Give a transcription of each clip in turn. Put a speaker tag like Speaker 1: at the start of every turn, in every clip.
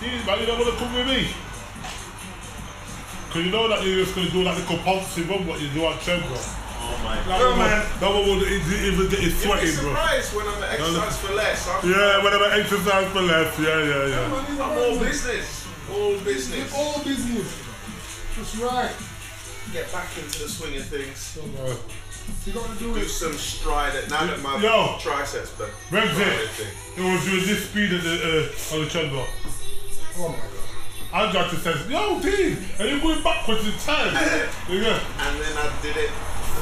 Speaker 1: These man, you don't want to come with me. Because you know that you're just going to do like the compulsive one, what you do at Trent, bro.
Speaker 2: Oh my god.
Speaker 1: That
Speaker 3: No,
Speaker 1: one,
Speaker 3: man.
Speaker 1: That one would even get his
Speaker 3: You'd be
Speaker 1: sweating, bro.
Speaker 3: surprised when I'm at exercise for less. I'm,
Speaker 1: Yeah, whenever exercise for less, yeah, yeah, yeah.
Speaker 3: I'm all business. All business.
Speaker 4: All business. That's right.
Speaker 3: Get back into the swing of things.
Speaker 4: You gotta do
Speaker 3: Do
Speaker 4: it.
Speaker 3: some stride at now that my
Speaker 1: Yo.
Speaker 3: triceps but
Speaker 1: Brexit. It was doing this speed at the, uh, on the treadmill.
Speaker 4: Oh my god.
Speaker 1: I got to say, yo, dude, are you going backwards in time? yeah.
Speaker 3: And then I did it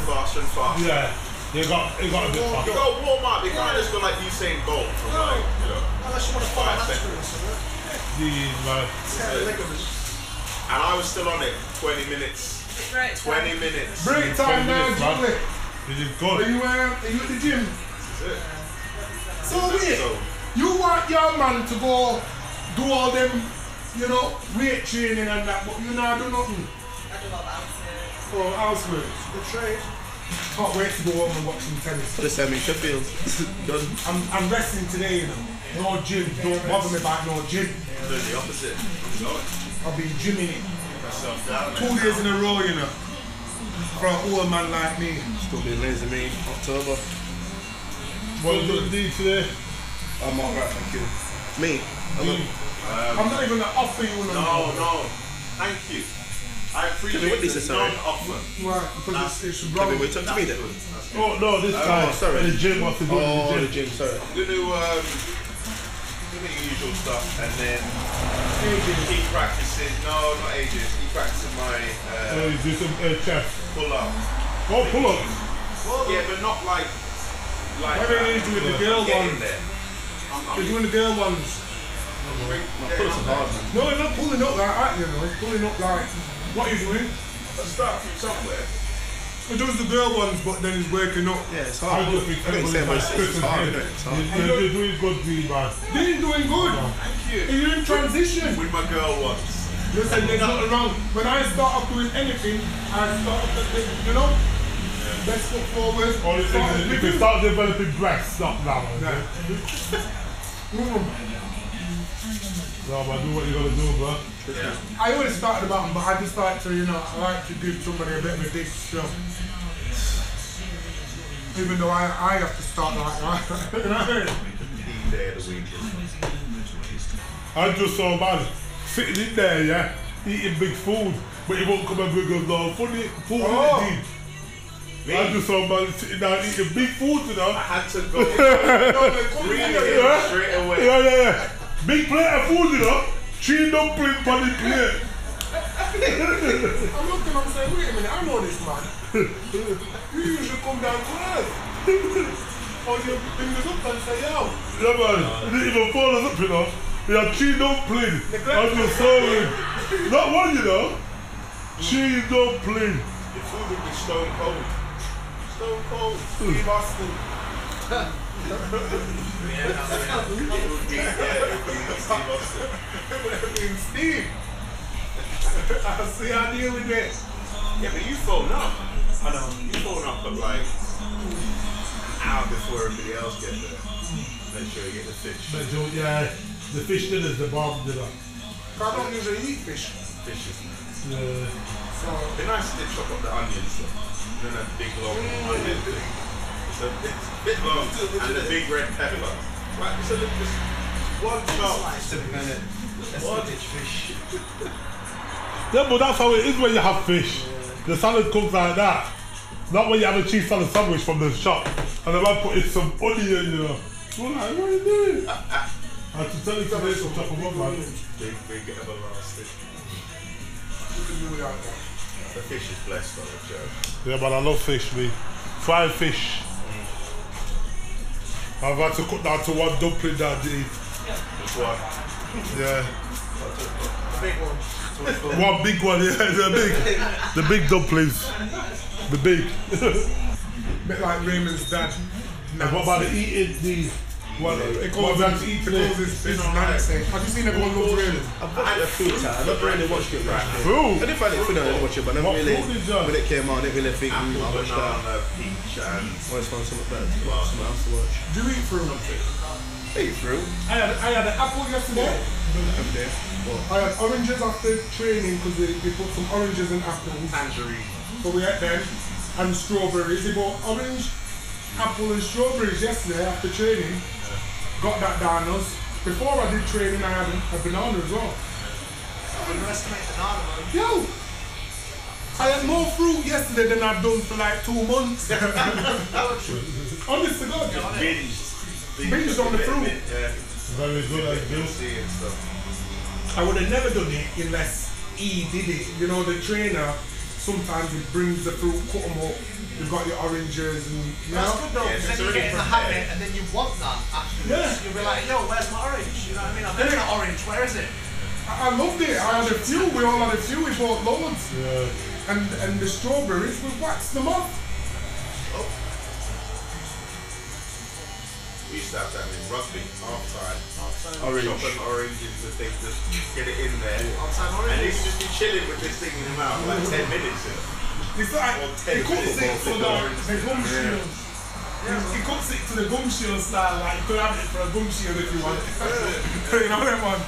Speaker 3: faster and faster.
Speaker 1: Yeah. You got, you got a bit
Speaker 3: You
Speaker 1: faster.
Speaker 3: gotta warm up, you can't just go like Usain Bolt from like, you know.
Speaker 4: Unless you wanna fight
Speaker 3: Five
Speaker 4: hamstring or something.
Speaker 1: Jeez, man.
Speaker 4: Tear the ligament.
Speaker 3: And I was still on it 20 minutes.
Speaker 5: Right.
Speaker 3: 20 minutes. This
Speaker 4: Break time now, Julie.
Speaker 1: It is
Speaker 4: Are
Speaker 1: good.
Speaker 4: you, um, are you at the gym?
Speaker 3: is it.
Speaker 4: So wait,
Speaker 3: So,
Speaker 4: you want your man to go do all them, you know, weight training and that, but you now do nothing.
Speaker 5: I do all that.
Speaker 4: Oh, elsewhere. The trade. Can't wait to go home and watch some tennis.
Speaker 2: The semi Sheffield. Done.
Speaker 4: I'm, I'm resting today, you know. No gym. Don't bother me about no gym.
Speaker 3: doing the opposite.
Speaker 4: I'll be gymming it.
Speaker 3: Myself down.
Speaker 4: Two days in a row, you know. For an old man like me.
Speaker 2: Still doing lazy me. October.
Speaker 1: What you going to do today?
Speaker 2: I'm alright, thank you. Me? I'm a-
Speaker 4: I'm not even gonna offer you no.
Speaker 3: No, no. Thank you. I
Speaker 2: Tell me
Speaker 3: appreciate
Speaker 2: what this
Speaker 3: the
Speaker 2: is, sorry.
Speaker 3: non-offer.
Speaker 4: Right, because it's, it's
Speaker 2: Have
Speaker 4: wrong.
Speaker 2: you wait up to me then?
Speaker 1: Oh, no, this guy.
Speaker 2: Oh, sorry.
Speaker 1: In the gym, wants to go
Speaker 2: Oh,
Speaker 1: to the
Speaker 2: the
Speaker 1: gym.
Speaker 2: gym, sorry.
Speaker 3: Do the um, do the usual stuff, and then keep practicing. No, not ages. Keep practicing my
Speaker 1: Oh,
Speaker 3: uh,
Speaker 1: he's doing some uh, chest.
Speaker 3: pull up.
Speaker 1: Oh, pull ups.
Speaker 3: Yeah, but not like like.
Speaker 4: Why don't you
Speaker 3: that.
Speaker 4: do the girl
Speaker 3: Get in
Speaker 4: ones?
Speaker 3: there. I'm, I'm
Speaker 4: You're doing the girl ones.
Speaker 3: yeah,
Speaker 2: Pull us
Speaker 3: I'm-
Speaker 2: hard, man.
Speaker 4: No, you're not pulling up like that, you know. You're pulling up like what you doing.
Speaker 3: Start from somewhere.
Speaker 4: He does the girl ones, but then he's waking up.
Speaker 2: Yeah, it's
Speaker 1: I
Speaker 2: hard.
Speaker 1: just think
Speaker 2: I didn't say much. It's hard, innit? It's hard.
Speaker 1: You're you're doing good, Green Man.
Speaker 4: Then he's doing good.
Speaker 3: Thank you.
Speaker 4: You're in transition.
Speaker 3: With my girl ones.
Speaker 4: Listen, there's nothing wrong. When I start up doing anything, I start up with, the- you know, best foot forward.
Speaker 1: Only thing
Speaker 4: start
Speaker 1: is, if you
Speaker 4: living.
Speaker 1: start developing breasts, stop now.
Speaker 4: Yeah.
Speaker 1: man.
Speaker 4: Mm.
Speaker 1: No, but do what you gotta do, bro.
Speaker 3: Yeah.
Speaker 4: I always started at the bottom, but I just like to, you know, I like to give somebody a bit of a dig, so. Even though I, I have to start like that. You know what I mean?
Speaker 3: The day of the week.
Speaker 1: I just saw a man sitting in there, yeah, eating big food, but he won't come and bring us no food. food
Speaker 4: Oh.
Speaker 1: oh. I just saw a man sitting down eating big food, you
Speaker 3: I
Speaker 1: know.
Speaker 3: had to go.
Speaker 4: No, they come
Speaker 3: Really?
Speaker 4: here,
Speaker 1: Yeah.
Speaker 3: Straight away.
Speaker 1: Yeah, yeah, yeah. Big plate of food, you know. Three dumpling on the plate.
Speaker 4: I'm looking, I'm saying, wait a minute, I know this man. you usually come down to us. or you bring us up and say, yo,
Speaker 1: Yeah, man. He didn't even follow us up, you know. He had three dumpling. I just saw him. Not one, you know. Three dumpling.
Speaker 3: The food would be stone cold. Stone cold. Steve Austin. yeah, I mean, it would be, yeah, it would be Steve Austin.
Speaker 4: I mean, Steve. I see how I deal with this.
Speaker 3: Yeah, but you phone up. I know. You phone up at like an hour before everybody else gets there. Make sure you get the fish.
Speaker 1: But don't, yeah, the fish dinners, the bomb dinner.
Speaker 4: I don't usually eat fish.
Speaker 3: Fish is
Speaker 1: Yeah.
Speaker 4: So,
Speaker 3: It'd be nice to chop up the onions though. And then a big long onion thing. It's a bit, bit long and a big red pepper. Right, it's a little just one chop.
Speaker 1: Yeah, but that's how it is when you have fish. The salad comes like that. Not when you have a cheese salad sandwich from the shop. And the man put in some onion, you know. We're like, what are you doing? I have to tell you today, so chop them up, man.
Speaker 3: Big, big, everlasting. The fish is blessed, on the Joe.
Speaker 1: Yeah, man, I love fish, me. Fried fish. I've had to cut down to one dumpling that I eat.
Speaker 3: Just one.
Speaker 1: Yeah.
Speaker 3: Big one.
Speaker 1: One big one, yeah, the big. The big dumplings. The big.
Speaker 4: a bit like Raymond's dad.
Speaker 1: And what about the eating, the... What,
Speaker 4: It
Speaker 1: what
Speaker 4: calls
Speaker 1: we
Speaker 4: him,
Speaker 1: had to eat
Speaker 4: it
Speaker 1: today?
Speaker 4: calls his fish Nancy. Have you seen everyone loves Raymond?
Speaker 2: I've watched it a few times. I've really watched it, right?
Speaker 1: Food.
Speaker 2: I didn't find it funny, I didn't watch it, but I never
Speaker 1: What
Speaker 2: really,
Speaker 1: food is that?
Speaker 2: when it came out, I didn't really think, mm, I'll
Speaker 3: Apple,
Speaker 2: watch that.
Speaker 3: banana, peach, and
Speaker 2: I always found something better to watch, something else to watch.
Speaker 4: Do you eat fruit?
Speaker 2: Hey, bro.
Speaker 4: I had, I had an apple yesterday.
Speaker 2: I'm there. Well,
Speaker 4: I had oranges after training because they, they put some oranges and apples.
Speaker 2: tangerine.
Speaker 4: So we had them and strawberries. They bought orange, apple, and strawberries yesterday after training. Got that down us. Before I did training, I had a banana as well.
Speaker 6: Underestimate banana, man.
Speaker 4: Yo! I had more fruit yesterday than I've done for like two months. Honest to God.
Speaker 3: Binged.
Speaker 4: Binged on the fruit.
Speaker 3: Yeah.
Speaker 1: Very good at this.
Speaker 3: Guilty and stuff.
Speaker 4: I would have never done it unless he did it. You know, the trainer sometimes he brings the fruit, cut them up. You've got your oranges and you
Speaker 6: That's
Speaker 4: know.
Speaker 6: good though,
Speaker 3: Yeah,
Speaker 6: because
Speaker 3: it's
Speaker 6: then you get
Speaker 3: already
Speaker 6: in the
Speaker 3: from-
Speaker 6: habit
Speaker 3: yeah.
Speaker 6: and then you want that afterwards.
Speaker 4: Yeah.
Speaker 6: You'll be like, yo, where's my orange? You know what I mean? I've never got orange, where is it?
Speaker 4: I I loved it. I had a few. We all had a few. We bought loads.
Speaker 1: Yeah.
Speaker 4: And and the strawberries, we waxed them off.
Speaker 3: We used to have that in rugby, half time.
Speaker 2: Orange.
Speaker 3: Chop an orange into things, just get it in there.
Speaker 6: Outside
Speaker 3: And
Speaker 6: orange.
Speaker 3: they used to just be chilling with this thing in their mouth like 10 minutes. innit?
Speaker 4: It's like
Speaker 3: Well,
Speaker 4: he cuts
Speaker 3: technical
Speaker 4: it for the,
Speaker 3: football.
Speaker 4: the gum shield. He, he cuts it to the gum shield style. Like you could have it for a gum shield if you want. you know that one.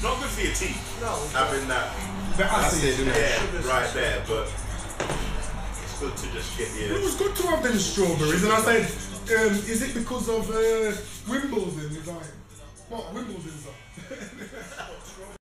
Speaker 3: Not good for your teeth,
Speaker 6: No.
Speaker 3: having that
Speaker 4: The
Speaker 2: That's
Speaker 4: acid.
Speaker 2: it, innit?
Speaker 3: Yeah, right there, but it's good to just get the.
Speaker 4: It was good to have them strawberries, and I said, um, "Is it because of uh, Wimbledon?" He's like, "What Wimbledon's up?"